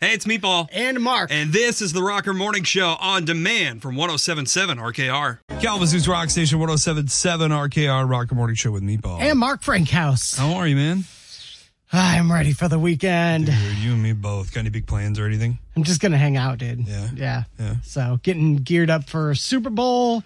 Hey, it's Meatball. And Mark. And this is the Rocker Morning Show on demand from 1077 RKR. Calvazoos Rock Station 1077 RKR Rocker Morning Show with Meatball. and Mark Frankhouse. Ah, How are you, man? I'm ready for the weekend. Dude, you and me both. Got any big plans or anything? I'm just gonna hang out, dude. Yeah. yeah, Yeah. So getting geared up for Super Bowl,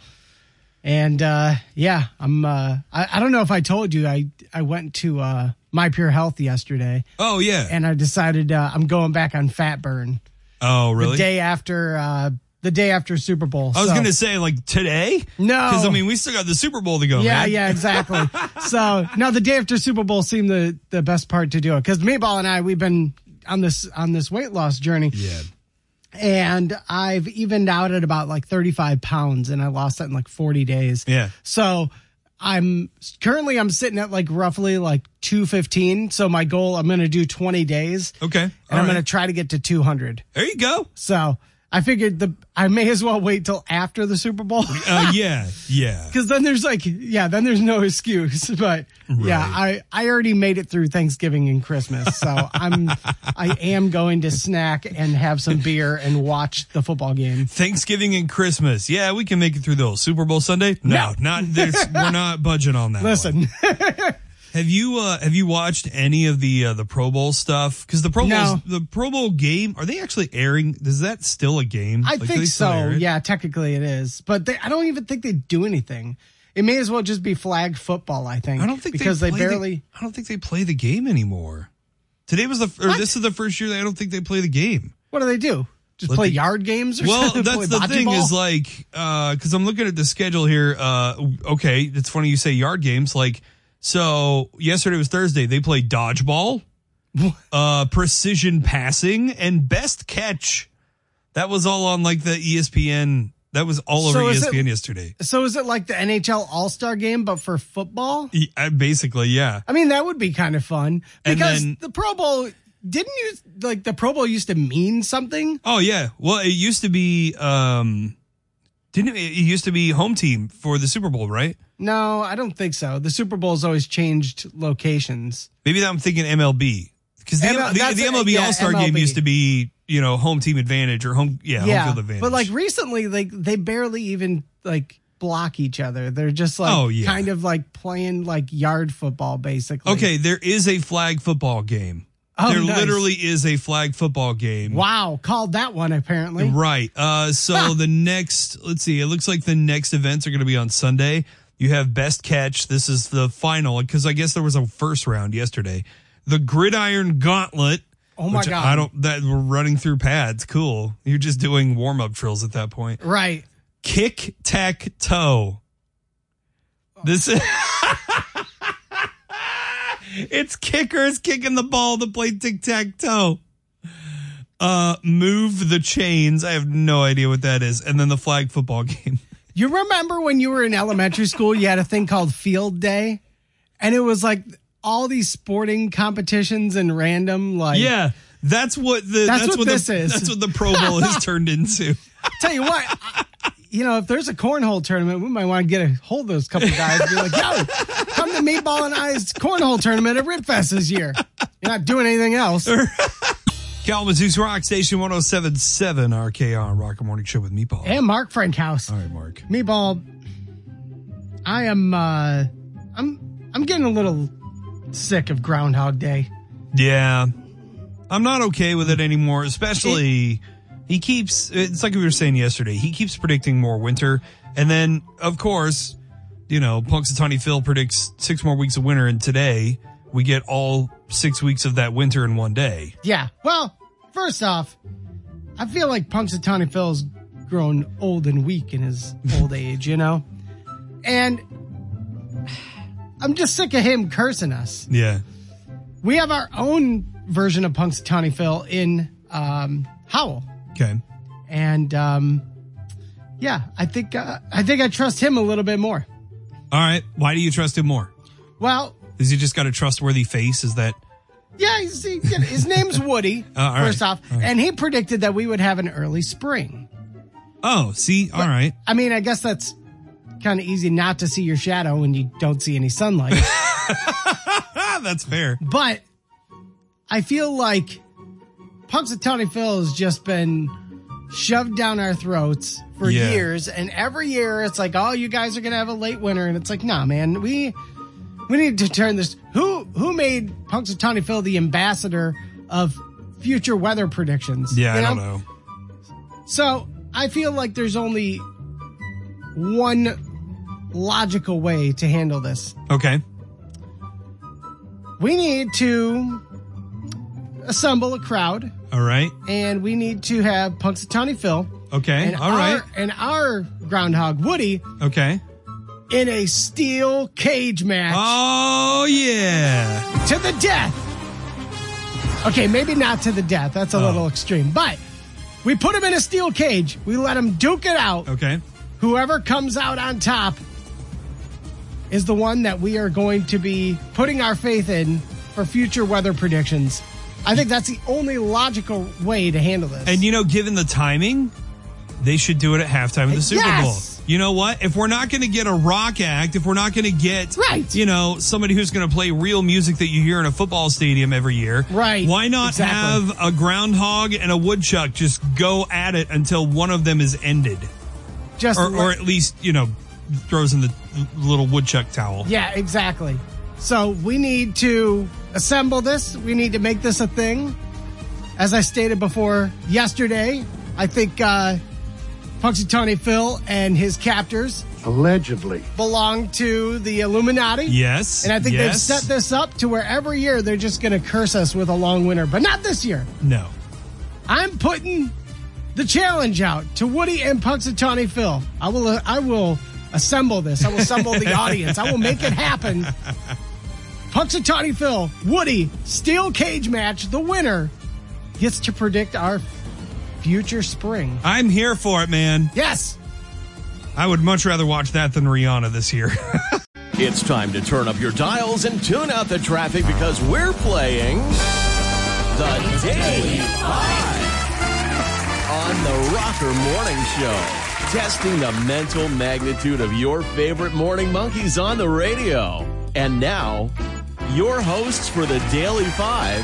and uh, yeah, I'm. Uh, I, I don't know if I told you, I I went to uh, My Pure Health yesterday, Oh, yeah. and I decided uh, I'm going back on fat burn oh, really? day after uh, the day after Super Bowl. I was So- going to say, like, today? No. Because, I mean, we still got the Super Bowl to go, Yeah, man. yeah, exactly. so no, the day after Super Bowl seemed the the best part to do it because Meatball and I we've been on this on this weight loss journey. Yeah. and I've evened out at about like 35 pounds and I lost that in like 40 days. Yeah. So I'm currently I'm sitting at like roughly like 215. So my goal I'm going to do 20 days and Okay. All I'm right. going to try to get to 200. There you go. So I figured the I may as well wait till after the Super Bowl. Uh, yeah. Yeah. Cause then there's like, yeah, then there's no excuse. But yeah, I, I already made it through Thanksgiving and Christmas. So I'm, I am going to snack and have some beer and watch the football game. Thanksgiving and Christmas. Yeah, we can make it through those. Super Bowl Sunday? No, No. not this. We're not budging on that. one. Listen, Have you uh, have you watched any of the uh, the Pro Bowl stuff? Because the Pro Bowl No. the Pro Bowl game are they actually airing? Is that still a game? I Like, do think they still so. air it? Yeah, technically it is, but they, I don't even think they do anything. It may as well just be flag football. I think. I don't think because they, play the- barely. I don't think they play the game anymore. Today was the f- or What? this is the first year that I don't think they play the game. what do they do? Just Let play the- yard games or Well, something? that's Play the bocce thing is ball? like because I'm looking at the schedule here. Uh, okay, it's funny you say yard games. Like so, yesterday was Thursday. They played dodgeball, uh, precision passing, and best catch. That was all on like the E ESPN. That was all over E So is it- ESPN yesterday. so is it like the NHL All Star Game but for football? E- I- Basically, yeah. I mean, that would be kind of fun And because then- the Pro Bowl didn't you like the Pro Bowl used to mean something. Oh yeah. Well, it used to be. um Didn't it, it used to be home team for the Super Bowl, right? No, I don't think so. The Super Bowl's always changed locations. Maybe that I'm thinking MLB because the, ML the, that's the a- MLB yeah, All Star Game MLB. used to be you know home team advantage or home yeah, home field advantage. But like recently, like they barely even like block each other. They're just like Oh, yeah. kind of like playing like yard football basically. okay, there is a flag football game. Oh, there nice. literally is a flag football game. Wow, called that one apparently. Right. Uh, so the next, let's see, it looks like the next events are going to be on Sunday. You have best catch. This is the final because I guess there was a first round yesterday. The gridiron gauntlet. Oh my which God. I don't. That we're running through pads. Cool. You're just doing warm up drills at that point. Right. kick tack toe. This is. it's kickers kicking the ball to play tic tac toe. Uh, move the chains. I have no idea what that is. And then the flag football game. You remember when you were in elementary school, you had a thing called field day and it was like all these sporting competitions and random like Yeah, that's what the That's what the, this is. That's what the Pro Bowl has turned into. Tell you what, I- you know, if there's a cornhole tournament, we might want to get a hold of those couple guys and be like, yo, come to Meatball and I's cornhole tournament at Ribfest this year. You're not doing anything else. Kalamazoo's Rock Station 107.7 RKR Rocker Morning Show with Meatball. And Mark Frankhouse. All right, Mark. Meatball, I am uh I'm I'm getting a little sick of Groundhog Day. Yeah. I'm not okay with it anymore, especially he keeps it's like we were saying yesterday. He keeps predicting more winter and then of course, you know, Punxsutawney Phil predicts 6 more weeks of winter and today we get all 6 weeks of that winter in one day. Yeah. Well, first off, I feel like Punxsutawney Phil's grown old and weak in his old age, you know? And I'm just sick of him cursing us. Yeah. We have our own version of Punxsutawney Phil in um, Howell. Okay. And um, yeah, I think uh, I think I trust him a little bit more. All right, why do you trust him more? Well, Is he just got a trustworthy face? Is that yeah, he's, he, his name's Woody, Uh, all right. first off. All right. And he predicted that we would have an early spring. Oh, see? All right. I mean, I guess that's kind of easy not to see your shadow when you don't see any sunlight. Ah, that's fair. but I feel like Punxsutawney Phil has just been shoved down our throats for Yeah. years, and every year it's like, oh, you guys are gonna have a late winter, and it's like, nah, man, we we need to turn this. Who who made Punxsutawney Phil the ambassador of future weather predictions? Yeah, You I don't know. So I feel like there's only one logical way to handle this. Okay. We need to assemble a crowd All right. and we need to have Punxsutawney Phil Okay. and All our, right. and our groundhog Woody Okay. in a steel cage match Oh yeah. to the death. Okay, maybe not to the death. That's a Oh. little extreme, but we put him in a steel cage. We let him duke it out. Okay. whoever comes out on top is the one that we are going to be putting our faith in for future weather predictions. I think that's the only logical way to handle this. And you know, given the timing, they should do it at halftime of the Super Yes! Bowl. You know what? If we're not going to get a rock act, if we're not going to get Right. you know, somebody who's going to play real music that you hear in a football stadium every year, Right. Why not Exactly. have a groundhog and a woodchuck just go at it until one of them is ended, just or, or like- at least you know, throws in the little woodchuck towel. yeah, exactly. So we need to assemble this. We need to make this a thing. As I stated before yesterday, I think uh, Punxsutawney Phil and his captors Allegedly. belong to the Illuminati. Yes. And I think yes. they've set this up to where every year they're just going to curse us with a long winter, but not this year. No. I'm putting the challenge out to Woody and Punxsutawney Phil. I will. I will assemble this. I will assemble the audience. I will make it happen. Punxsutawney Phil, Woody, steel cage match. The winner gets to predict our future spring. I'm here for it, man. Yes. I would much rather watch that than Rihanna this year. It's time to turn up your dials and tune out the traffic because we're playing the Day Five on the Rocker Morning Show. Testing the mental magnitude of your favorite morning monkeys on the radio. And now, your hosts for the Daily Five,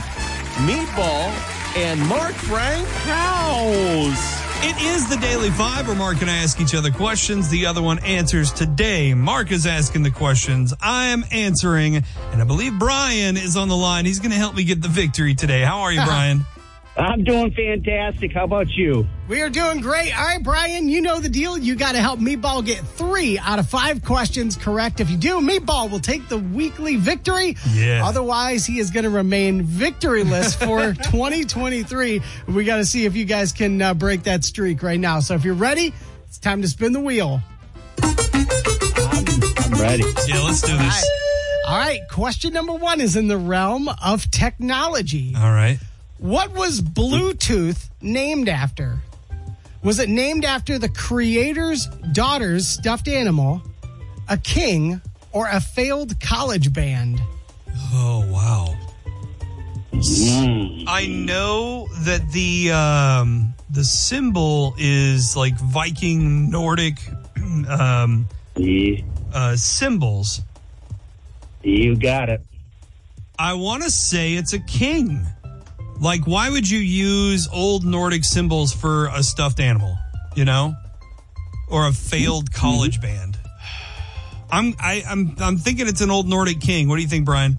Meatball and Mark Frank House. It is the Daily Five where Mark and I ask each other questions. The other one answers today. Mark is asking the questions. I am answering. And I believe Brian is on the line. He's going to help me get the victory today. How are you, Brian? I'm doing fantastic. How about you? We are doing great. All right, Brian, you know the deal. You got to help Meatball get three out of five questions correct. If you do, Meatball will take the weekly victory. Yeah. Otherwise, he is going to remain victoryless for 2023. We got to see if you guys can uh, break that streak right now. So if you're ready, it's time to spin the wheel. I'm ready. Yeah, let's do this. All right, question number one is in the realm of technology. All right. What was Bluetooth named after? Was it named after the creator's daughter's stuffed animal, a king, or a failed college band? Oh, wow. Mm. I know that the um, the symbol is like Viking Nordic um, You, uh, symbols. you got it. I want to say it's a king. Like, why would you use old Nordic symbols for a stuffed animal? You know, or a failed Mm-hmm. college band. I'm I, I'm I'm thinking it's an old Nordic king. What do you think, Brian?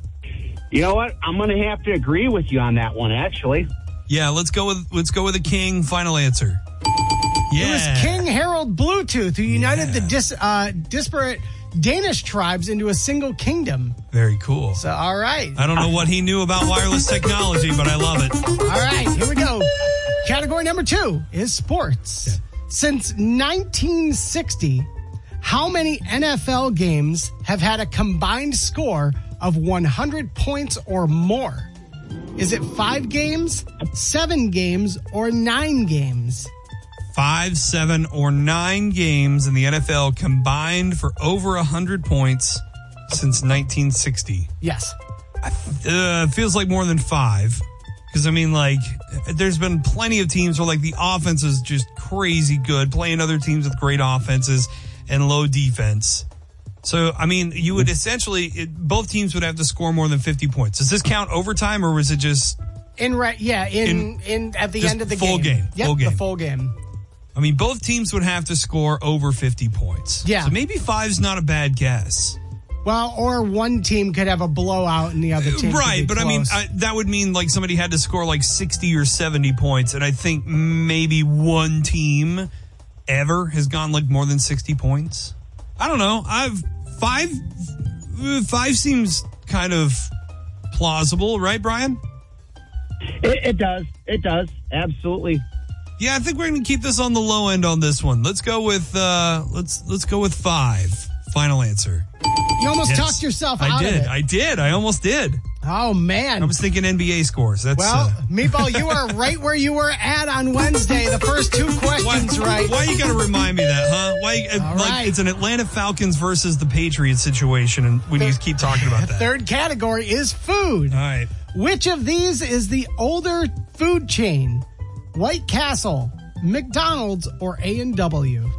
You know what? I'm going to have to agree with you on that one, actually. Yeah, let's go with let's go with a king. Final answer. Yeah, It was King Harold Bluetooth who united Yeah. the dis, uh, disparate Danish tribes into a single kingdom. Very cool. So, all right. I don't know what he knew about wireless technology, but I love it. All right, here we go. Category number two is sports. Since 1960, how many NFL games have had a combined score of 100 points or more? Is it five games, seven games, or nine games? Five, seven, or nine games in the NFL combined for over hundred points since 1960. Yes. uh, feels like more than five. Because I mean, like, there's been plenty of teams where like the offense is just crazy good, playing other teams with great offenses and low defense. So I mean, you would essentially it, both teams would have to score more than 50 points. Does this count overtime or was it just In re- yeah, in, in at the just end of the full game. game, Yep, full game. the full game. I mean, both teams would have to score over 50 points. Yeah. So maybe five's not a bad guess. Well, or one team could have a blowout and the other team could Uh, Right, be but I mean, close. I, that would mean like somebody had to score like 60 or 70 points. And I think maybe one team ever has gone like more than 60 points. I don't know. I've five, uh, five seems kind of plausible, right, Brian? It, it does. It does. Absolutely. Yeah, I think we're going to keep this on the low end on this one. Let's go with, uh, let's, let's go with five. Final answer. you almost Yes. talked yourself I out did. of it. I did. I almost did. oh man. I was thinking NBA scores. That's well, uh, Meatball, you are right where you were at on Wednesday. The first two questions right. Why you got to remind me that, huh? Why? uh, All like right. it's an Atlanta Falcons versus the Patriots situation, and we need to keep talking about that. Third category is food. All right, Which of these is the older food chain? White Castle, McDonald's, or A&W?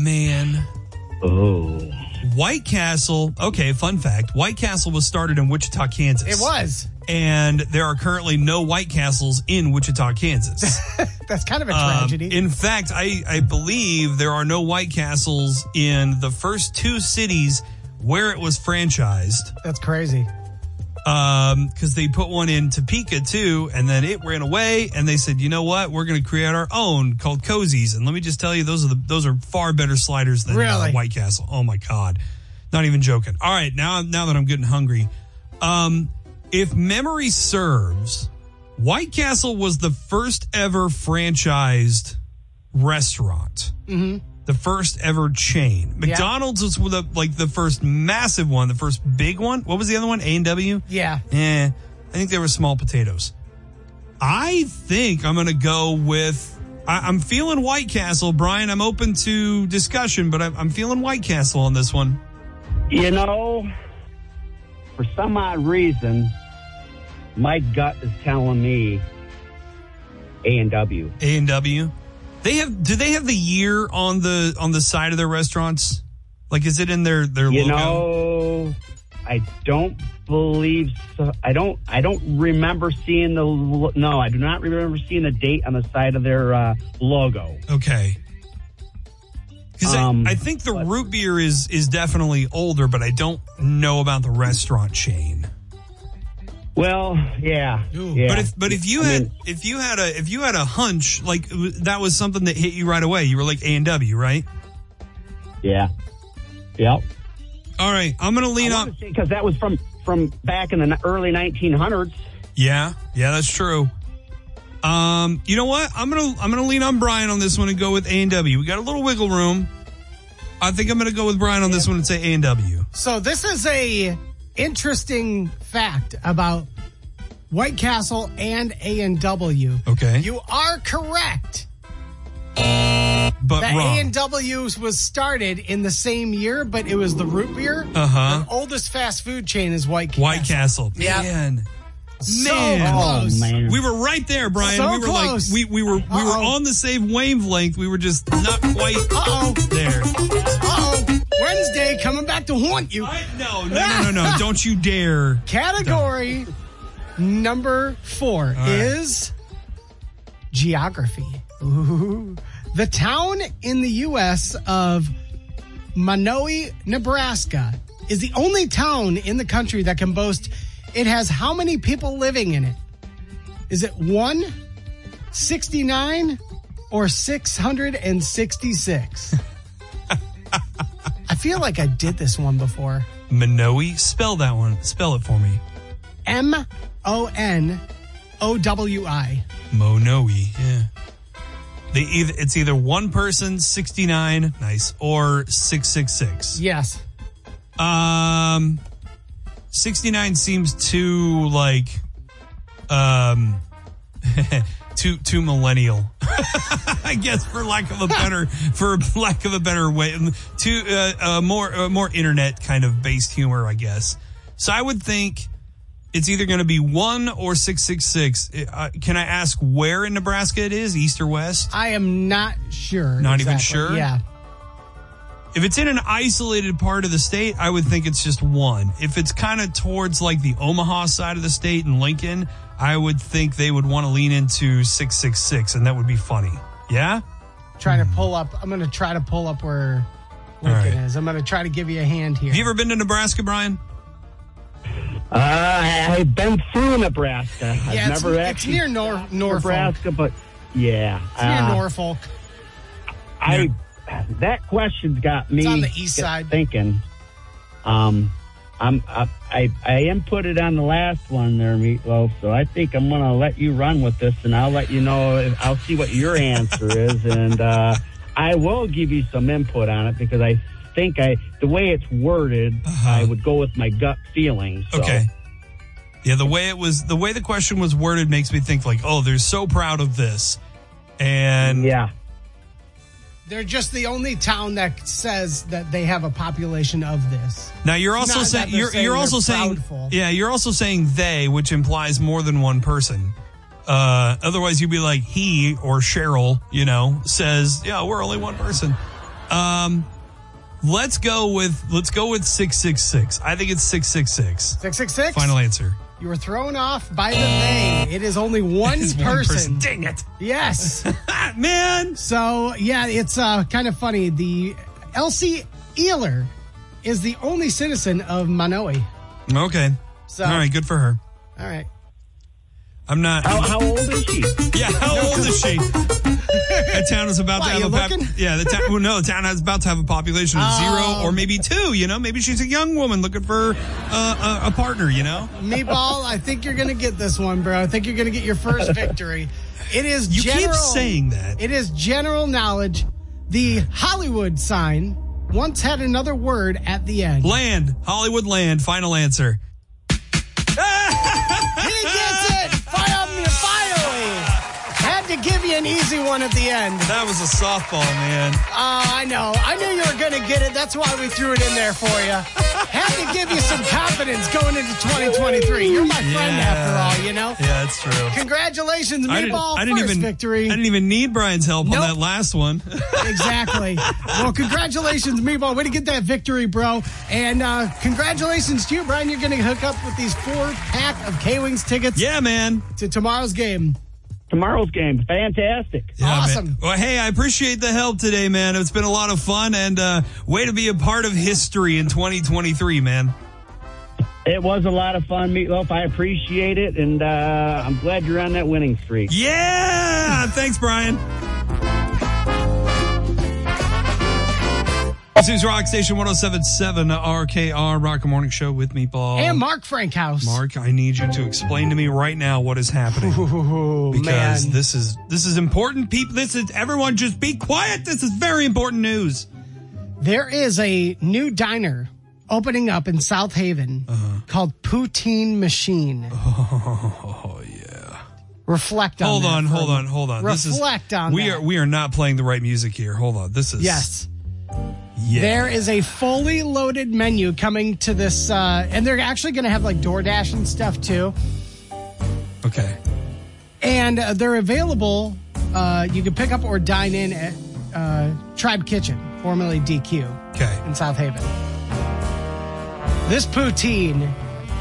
man. Oh. White Castle. Okay, fun fact: White Castle was started in Wichita, Kansas. It was. and there are currently no White Castles in Wichita, Kansas. That's kind of a Um, tragedy. in fact, I, I believe there are no White Castles in the first two cities where it was franchised. That's crazy. um because they put one in topeka too and then it ran away and they said you know what we're going to create our own called cozies and let me just tell you those are the those are far better sliders than uh, Really? white castle oh my god not even joking all right now now that i'm getting hungry um if memory serves white castle was the first ever franchised restaurant the first ever chain. McDonald's was the, like the first massive one, the first big one. What was the other one? A and W. Yeah. Eh, I think they were small potatoes. I think I'm gonna go with. I, I'm feeling White Castle, Brian. I'm open to discussion, but I'm, I'm feeling White Castle on this one. You know, for some odd reason, my gut is telling me A and W. A and W. They have. Do they have the year on the on the side of their restaurants? Like, is it in their their You logo? know, I don't believe so. I don't. I don't remember seeing the. lo- No, I do not remember seeing the date on the side of their uh, logo. Okay. Because Um, I, I think the but- root beer is is definitely older, but I don't know about the restaurant chain. Well, yeah, Ooh. yeah. But if but if you I had mean- if you had a if you had a hunch like it was- that was something that hit you right away, you were like A and W, right? yeah, yep. All right, I'm gonna lean on. because that was from from back in the ni- early 1900s. Yeah, yeah, that's true. Um, you know what? I'm gonna I'm gonna lean on Brian on this one and go with A and W. We got a little wiggle room. I think I'm gonna go with Brian on this one and say A and W. So this is a interesting fact about White Castle and A&W. Okay, You are correct. but The wrong. A&W was started in the same year, but it was the root beer. Uh-huh. The oldest fast food chain is White Castle. White Castle. Yeah. Man. So Man. close. Oh man, We were right there, Brian. So we were close. like we, we were we were Uh-oh. on the same wavelength. We were just not quite Uh-oh. there. Uh-oh. Wednesday coming back to haunt you. I, no, no, no, no, no. Don't you dare. Category number four is geography. Ooh. The town in the U.S. of Manoe, Nebraska is the only town in the country that can boast it has how many people living in it? Is it one, 69, or 666? I feel like I did this one before. Minoe, spell that one. Spell it for me. M O N O W I. Monoe. Yeah. They either it's either one person, sixty nine, nice, or six six six. Yes. Um, sixty nine seems too like, um, too too millennial. I guess for lack of a better for lack of a better way, too uh, uh, more uh, more internet kind of based humor, I guess. So I would think it's either going to be one or six six six. Uh, Can I ask where in Nebraska it is, east or west? I am not sure. Not even exactly. sure? Yeah. If it's in an isolated part of the state, I would think it's just one. If it's kind of towards like the Omaha side of the state and Lincoln, I would think they would want to lean into 666 and that would be funny. Yeah? Trying to pull up. I'm going to try to pull up where All Lincoln right. is. I'm going to try to give you a hand here. Have you ever been to Nebraska, Brian? Uh, I, I've been through Nebraska. yeah, I've it's, never it's actually near Nor- Norfolk. Nebraska, but yeah, It's near uh, Norfolk. I that question's got me It's on the east side. thinking. Um, I'm I, I I inputted on the last one there, Meatloaf. So I think I'm gonna let you run with this, and I'll let you know. if- I'll see what your answer is, and uh, I will give you some input on it because I think I the way it's worded, Uh-huh. I would go with my gut feeling. So. Okay. Yeah, the way it was, the way the question was worded makes me think like, oh, they're so proud of this. And Yeah. They're just the only town that says that they have a population of this. Now you're also Not that saying they're you're, saying you're they're also saying proudful. yeah you're also saying they, which implies more than one person. Uh, otherwise, you'd be like he or Cheryl, you know, says yeah we're only one person. Um, let's go with let's go with six six six. I think it's six six six. Six six six. Final answer. you were thrown off by the name. It is only one, It's person. one Dang it, Yes. ah, man. so yeah, it's uh, kind of funny. The Elsie Ealer is the only citizen of Manoa. Okay. So- All right. Good for her. All right. I'm not. How, how old is she? Yeah, how old is she? That town is about Why, to have you a pop- looking? yeah. The town, well, no, the town is about to have a population of Oh. zero or maybe two. You know, maybe she's a young woman looking for uh, a, a partner. You know, Meatball, I think you're gonna get this one, bro. I think you're gonna get your first victory. It is you general, keep saying that. It is general knowledge. The Hollywood sign once had another word at the end. land, Hollywood land. Final answer. He gets it! Fire me finally! Had to give you an easy one at the end. That was a softball, man. Oh, I know. I knew you were gonna get it. That's why we threw it in there for you. Had to give you some confidence going into 2023. You're my friend after all, you know. Yeah, that's true. Congratulations, I didn't, Meatball! I didn't first even victory. I didn't even need Brian's help Nope. on that last one. Exactly. well, congratulations, Meatball. Way to get that victory, bro. And uh, congratulations to you, Brian. You're going to hook up with these four pack of K Wings tickets yeah, man. to tomorrow's game. Tomorrow's game, fantastic. Yeah, man. Awesome. Well, hey, I appreciate the help today, man. It's been a lot of fun and uh, way to be a part of history in 2023, man. It was a lot of fun, Meatloaf. I appreciate it, and uh, I'm glad you're on that winning streak. Yeah. Thanks, Brian. This is Rock Station 1077 RKR Rock and Morning Show with me, Paul. And Mark Frankhouse. Mark, I need you to explain to me right now what is happening. Ooh, because man. this is this is important people this is everyone just be quiet this is very important news there is a new diner opening up in South Haven Uh-huh. called Poutine Machine. Oh, yeah. Reflect on Oh, hold that on Oh, for a hold on moment. hold on Reflect this is, on we that. are we are not playing the right music here hold on this is Yes. yeah. There is a fully loaded menu coming to this, uh, and they're actually going to have like DoorDash and stuff too. okay And uh, they're available. Uh, you can pick up or dine in at uh, Tribe Kitchen, formerly DQ, okay in South Haven. This poutine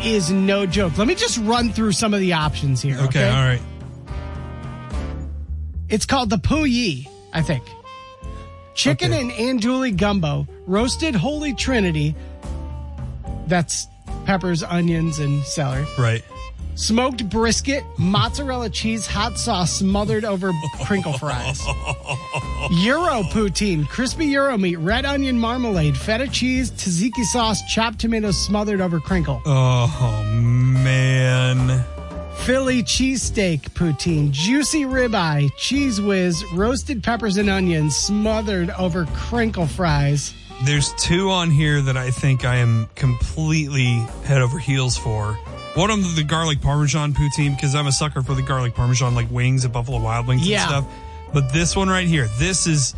is no joke. Let me just run through some of the options here. okay, Okay, all right It's called the Poo Yi, I think. Chicken Okay. and andouille gumbo, roasted holy trinity. That's peppers, onions, and celery. right Smoked brisket, mozzarella cheese, hot sauce smothered over crinkle fries. Euro poutine, crispy Euro meat, red onion marmalade, feta cheese, tzatziki sauce, chopped tomatoes smothered over crinkle. oh man Philly cheesesteak poutine, juicy ribeye, cheese whiz, roasted peppers and onions smothered over crinkle fries. there's two on here that i think i am completely head over heels for one of them the garlic parmesan poutine because i'm a sucker for the garlic parmesan like wings at buffalo wild wings Yeah. and stuff but this one right here this is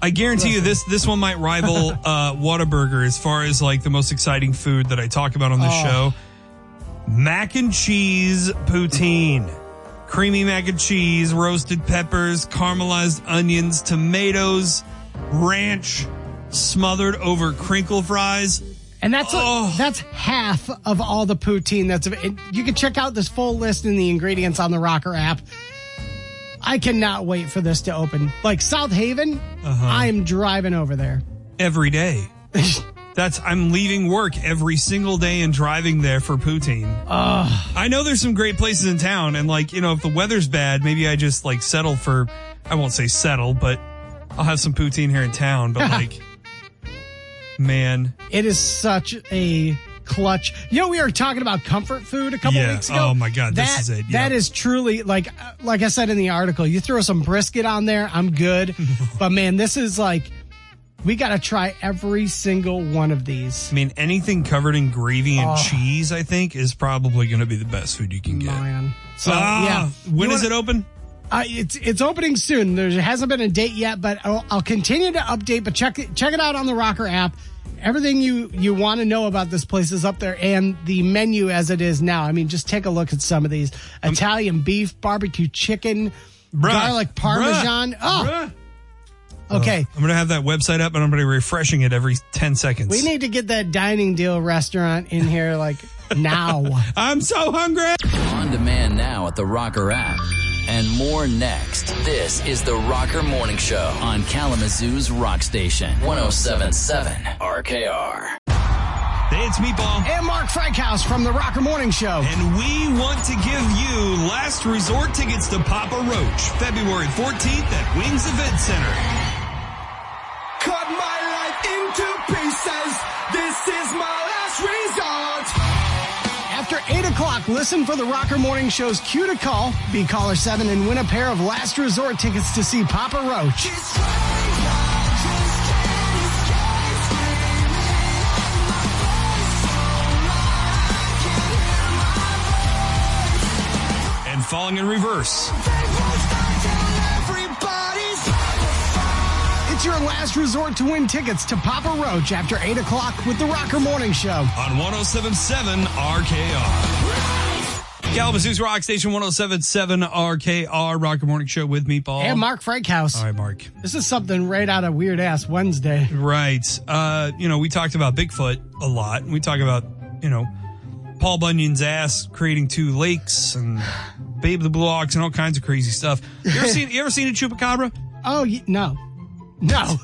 I guarantee you this this one might rival uh Whataburger as far as like the most exciting food that I talk about on this Oh. show. Mac and cheese poutine. Creamy mac and cheese, roasted peppers, caramelized onions, tomatoes, ranch smothered over crinkle fries. And that's Oh. that's half of all the poutine. That's and you can check out this full list and the ingredients on the Rocker app. I cannot wait for this to open. Like South Haven, Uh-huh. I'm driving over there. every day. That's I'm leaving work every single day and driving there for poutine. I know there's some great places in town, and like you know, if the weather's bad, maybe I just like settle for. I won't say settle, but I'll have some poutine here in town. But like, man, It is such a clutch. You know, we were talking about comfort food a couple Yeah. weeks ago. Oh, my God, this That- is it. That Yeah. is truly like, uh, like I said in the article, you throw some brisket on there, I'm good. but man, this is like, we got to try every single one of these. I mean, anything covered in gravy and cheese, I think, is probably going to be the best food you can get. Man. So Ah, yeah, when You is wanna- it open? Uh, it's it's opening soon. There hasn't been a date yet, but I'll, I'll continue to update. But check it- check it out on the Rocker app. Everything you you want to know about this place is up there, and the menu as it is now. I mean, just take a look at some of these: Italian beef, barbecue chicken, Um, Bruh. garlic parmesan. Bruh. oh, Bruh. okay. I'm going to have that website up, and I'm going to be refreshing it every ten seconds. We need to get that dining deal restaurant in here like now. I'm so hungry. On demand now at the Rocker app. And more next. This is the Rocker Morning Show on Kalamazoo's Rock Station 1077 RKR. Hey, it's Meatball. and Mark Frankhouse from the Rocker Morning Show. And we want to give you last resort tickets to Papa Roach, February 14th at Wings Event Center. Cut my life into pieces. This is my last resort. After 8 o'clock, listen for the Rocker Morning Show's cue to call. Be caller 7 and win a pair of last resort tickets to see Papa Roach. And falling in reverse. Everybody's It's your last resort to win tickets to Papa Roach after 8 o'clock with the Rocker Morning Show. on 1077 RKR. Galvazoo's Rock Station 1077 RKR, Rocker Morning Show with Meatball. And Mark Frankhouse. All right, Mark. Oh. This is something right out of Weird Ass Wednesday. Right. Uh, you know, we talked about Bigfoot a lot. We talk about, you know, Paul Bunyan's ass creating two lakes and Babe the Blue Ox and all kinds of crazy stuff. You ever seen you ever seen a chupacabra? Oh, y- no. No.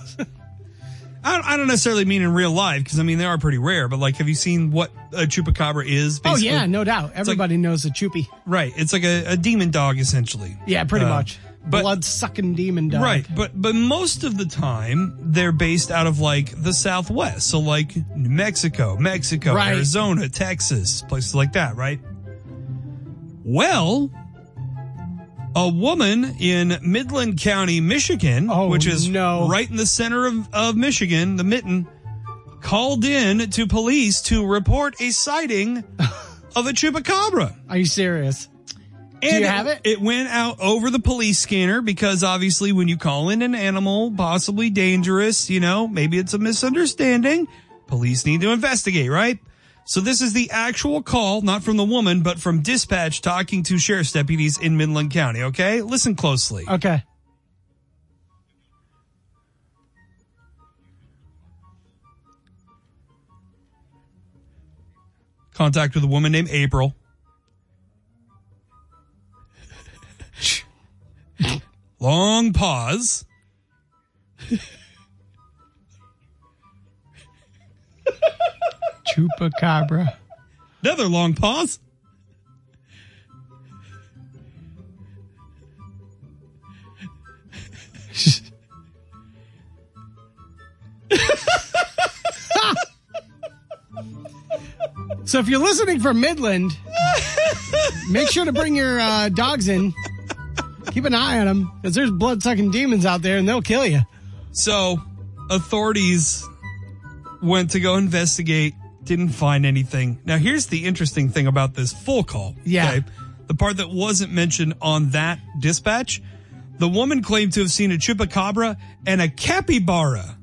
I don't, I don't necessarily mean in real life because I mean they are pretty rare. But like, have you seen what a chupacabra is? oh, basically? yeah, no doubt. Everybody knows the Choopy. right. It's like a, a demon dog essentially. Yeah, pretty Uh, much. but- Blood sucking demon dog. Right, but but most of the time they're based out of like the Southwest, so like New Mexico, Mexico, Right. Arizona, Texas, places like that, right? Well, a woman in Midland County, Michigan, Oh, which is no. right in the center of, of Michigan, the mitten, called in to police to report a sighting of a chupacabra. Are you serious? And you have it? It went out over the police scanner because obviously when you call in an animal possibly dangerous, you know, maybe it's a misunderstanding. Police need to investigate, right? So this is the actual call, not from the woman, but from dispatch talking to sheriff's deputies in Midland County, okay? Listen closely. Okay. Contact with a woman named April. Long pause. Chupacabra. Another long pause. So if you're listening from Midland, make sure to bring your uh, dogs in. Keep an eye on them because there's blood sucking demons out there and they'll kill you. So, authorities went to go investigate, didn't find anything. Now, here's the interesting thing about this full call. Yeah. The part that wasn't mentioned on that dispatch the woman claimed to have seen a chupacabra and a capybara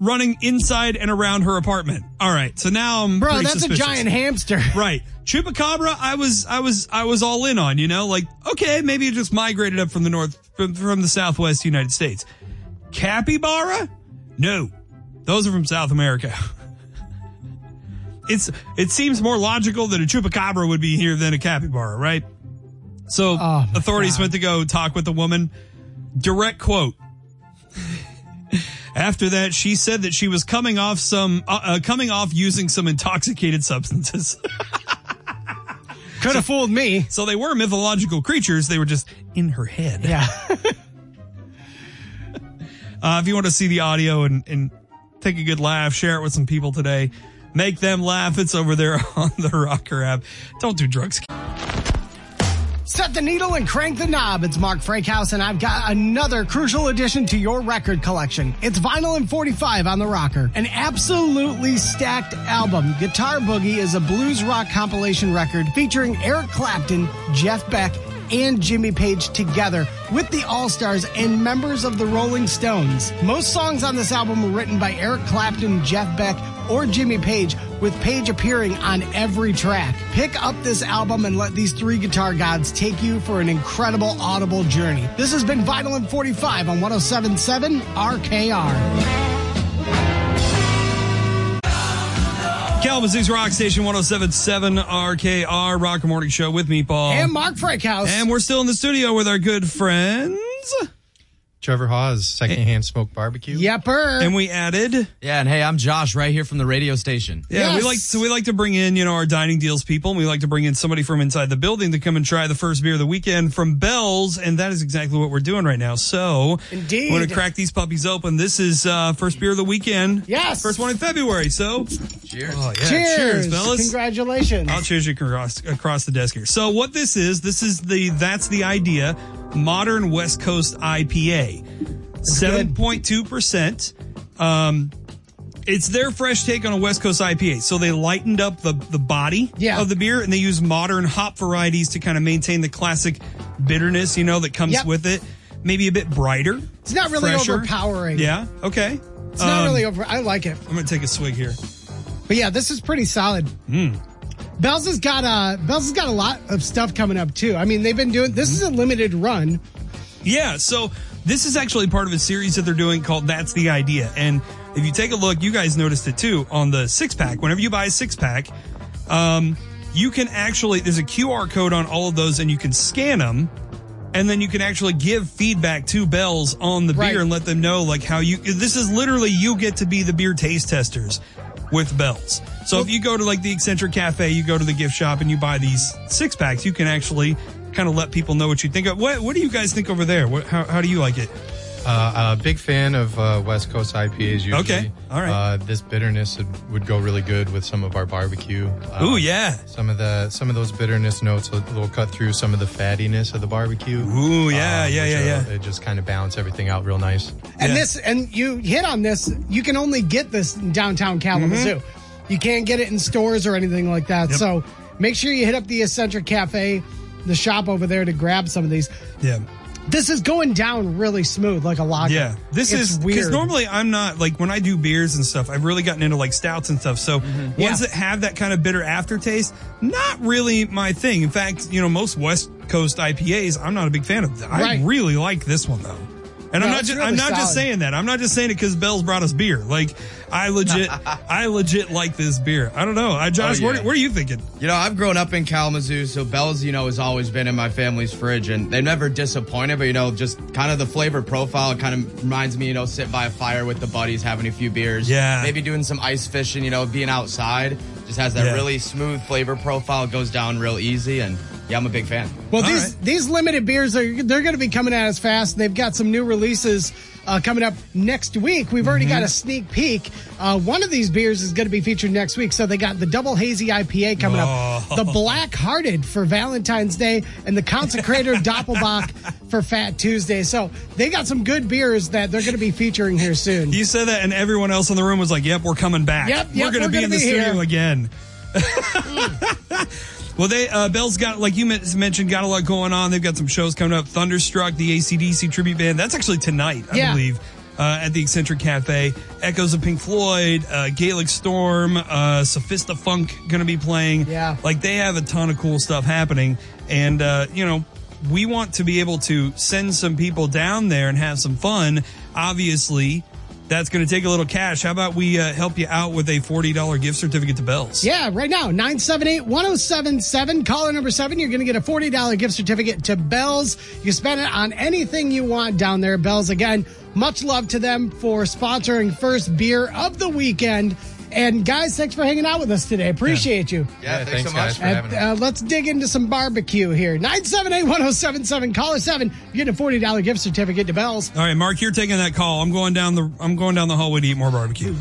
running inside and around her apartment. All right. So now I'm. Bro, pretty that's suspicious. a giant hamster. Right. Chupacabra, I was, I was, I was all in on, you know, like, okay, maybe it just migrated up from the north, from, from the southwest United States. Capybara? No, those are from South America. it's it seems more logical that a chupacabra would be here than a capybara, right? So Oh my authorities God. went to go talk with the woman. Direct quote. After that, she said that she was coming off some uh, uh, coming off using some intoxicated substances. Could have fooled me. so they were mythological creatures. They were just in her head. Yeah. Uh, if you want to see the audio and, and take a good laugh, share it with some people today. Make them laugh. It's over there on the Rocker app. Don't do drugs. Set the needle and crank the knob. It's Mark Frankhouse, and I've got another crucial addition to your record collection. It's Vinyl and 45 on the Rocker. An absolutely stacked album. Guitar Boogie is a blues rock compilation record featuring Eric Clapton, Jeff Beck, and Jimmy Page together with the All Stars and members of the Rolling Stones. Most songs on this album were written by Eric Clapton, Jeff Beck, or Jimmy Page, with Page appearing on every track. Pick up this album and let these three guitar gods take you for an incredible audible journey. This has been Vinyl and 45 on 1077 RKR. Calvazoo's Rock Station 1077 RKR Rocker Morning Show with me, Paul. And Mark Frankhouse. And we're still in the studio with our good friends. Trevor Hawes, secondhand smoke barbecue. Yepper. And we added Yeah, and hey, I'm Josh right here from the radio station. Yeah, we Yes. like so we like to bring in you know our dining deals people, and we like to bring in somebody from inside the building to come and try the first beer of the weekend from Bell's, and that is exactly what we're doing right now. So Indeed. we're gonna crack these puppies open. This is uh, first beer of the weekend. Yes. first one in February. So cheers, oh, yeah. Cheers. cheers, fellas. Uh, Congratulations. I'll cheers you across across the desk here. So what this is, this is the that's the idea, modern West Coast IPA, seven point two percent. Um, it's their fresh take on a West Coast IPA. So they lightened up the the body Yeah. of the beer, and they use modern hop varieties to kind of maintain the classic bitterness, you know, that comes Yep. with it. Maybe a bit brighter. It's not really fresher. um, overpowering. Yeah. Okay. It's not really over. I like it. I'm gonna take a swig here. But yeah, this is pretty solid. Hmm. Bells has got a Bells has got a lot of stuff coming up too. I mean, they've been doing this is a limited run. Yeah, so this is actually part of a series that they're doing called That's the Idea. And if you take a look, you guys noticed it too on the six pack. Whenever you buy a six pack, um, you can actually, there's a QR code on all of those and you can scan them. And then you can actually give feedback to Bells on the Right. beer and let them know like how you, this is literally you get to be the beer taste testers with Bells. So if you go to like the Eccentric Cafe, you go to the gift shop and you buy these six packs, you can actually kind of let people know what you think of. What, what do you guys think over there? What, how, how do you like it? Uh, a big fan of uh, West Coast IPAs. Usually. Okay, all right. Uh, this bitterness would, would go really good with some of our barbecue. Uh, Ooh, yeah. Some of the some of those bitterness notes will, will cut through some of the fattiness of the barbecue. Um, Ooh, yeah, yeah, which yeah, yeah. will- It just kind of balance everything out real nice. And Yeah. this and you hit on this, you can only get this in downtown Kalamazoo. You can't get it in stores or anything like that. Mm-hmm. Yep. So make sure you hit up the Eccentric Cafe, the shop over there to grab some of these. Yeah. This is going down really smooth, like a lager. Yeah. This It's is because weird. normally I'm not like when I do beers and stuff, I've really gotten into like stouts and stuff. So ones Mm-hmm. Yeah. that have that kind of bitter aftertaste, not really my thing. In fact, you know, most West Coast IPAs, I'm not a big fan of. I Right. really like this one though. And I'm No, not it's just I'm really not just solid. saying that. I'm not just saying it because Bell's brought us beer. Like I legit I legit like this beer. I don't know. I Josh, Oh, what, yeah. what are you thinking? You know, I've grown up in Kalamazoo, so Bell's, you know, has always been in my family's fridge, and they never disappointed. But you know, just kind of the flavor profile kind of reminds me, you know, sitting by a fire with the buddies, having a few beers, Yeah. maybe doing some ice fishing, you know, being outside. Just has that Yeah. really smooth flavor profile, goes down real easy, and yeah, I'm a big fan. Well, All these right. these limited beers are they're going to be coming at us fast. They've got some new releases uh, coming up next week. We've already got a Mm-hmm. sneak peek. Uh, one of these beers is going to be featured next week. So they got the double hazy IPA coming Oh. up, the Black Hearted for Valentine's Day, and the Consecrator Doppelbock for Fat Tuesday. So they got some good beers that they're going to be featuring here soon. You said that, and everyone else in the room was like, "Yep, we're coming back. Yep, we're yep, gonna we're be gonna in the be studio here." Hmm. again." well, they uh, Bell's got like you men- mentioned, got a lot going on. They've got some shows coming up. Thunderstruck, the ACDC tribute band. That's actually tonight, I Yeah. believe. Uh, at the Eccentric Cafe, Echoes of Pink Floyd, uh, Gaelic Storm, uh, Sophista Funk going to be playing. Yeah. like they have a ton of cool stuff happening, and uh, you know, we want to be able to send some people down there and have some fun. Obviously, that's going to take a little cash. How about we uh, help you out with a $40 gift certificate to Bells? Yeah, right now, 978 1077. Caller number oh seven, you're going to get a $40 gift certificate to Bells. You can spend it on anything you want down there. Bells, again, much love to them for sponsoring First Beer of the Weekend. And guys, thanks for hanging out with us today. Appreciate you. Yeah, Yeah, thanks, thanks, so much. guys, for man. having Uh, us. uh, let's dig into some barbecue here. 978 1077, caller oh seven, you get a $40 gift certificate to Bells. All right, Mark, you're taking that call. I'm going down the I'm going down the hallway to eat more barbecue.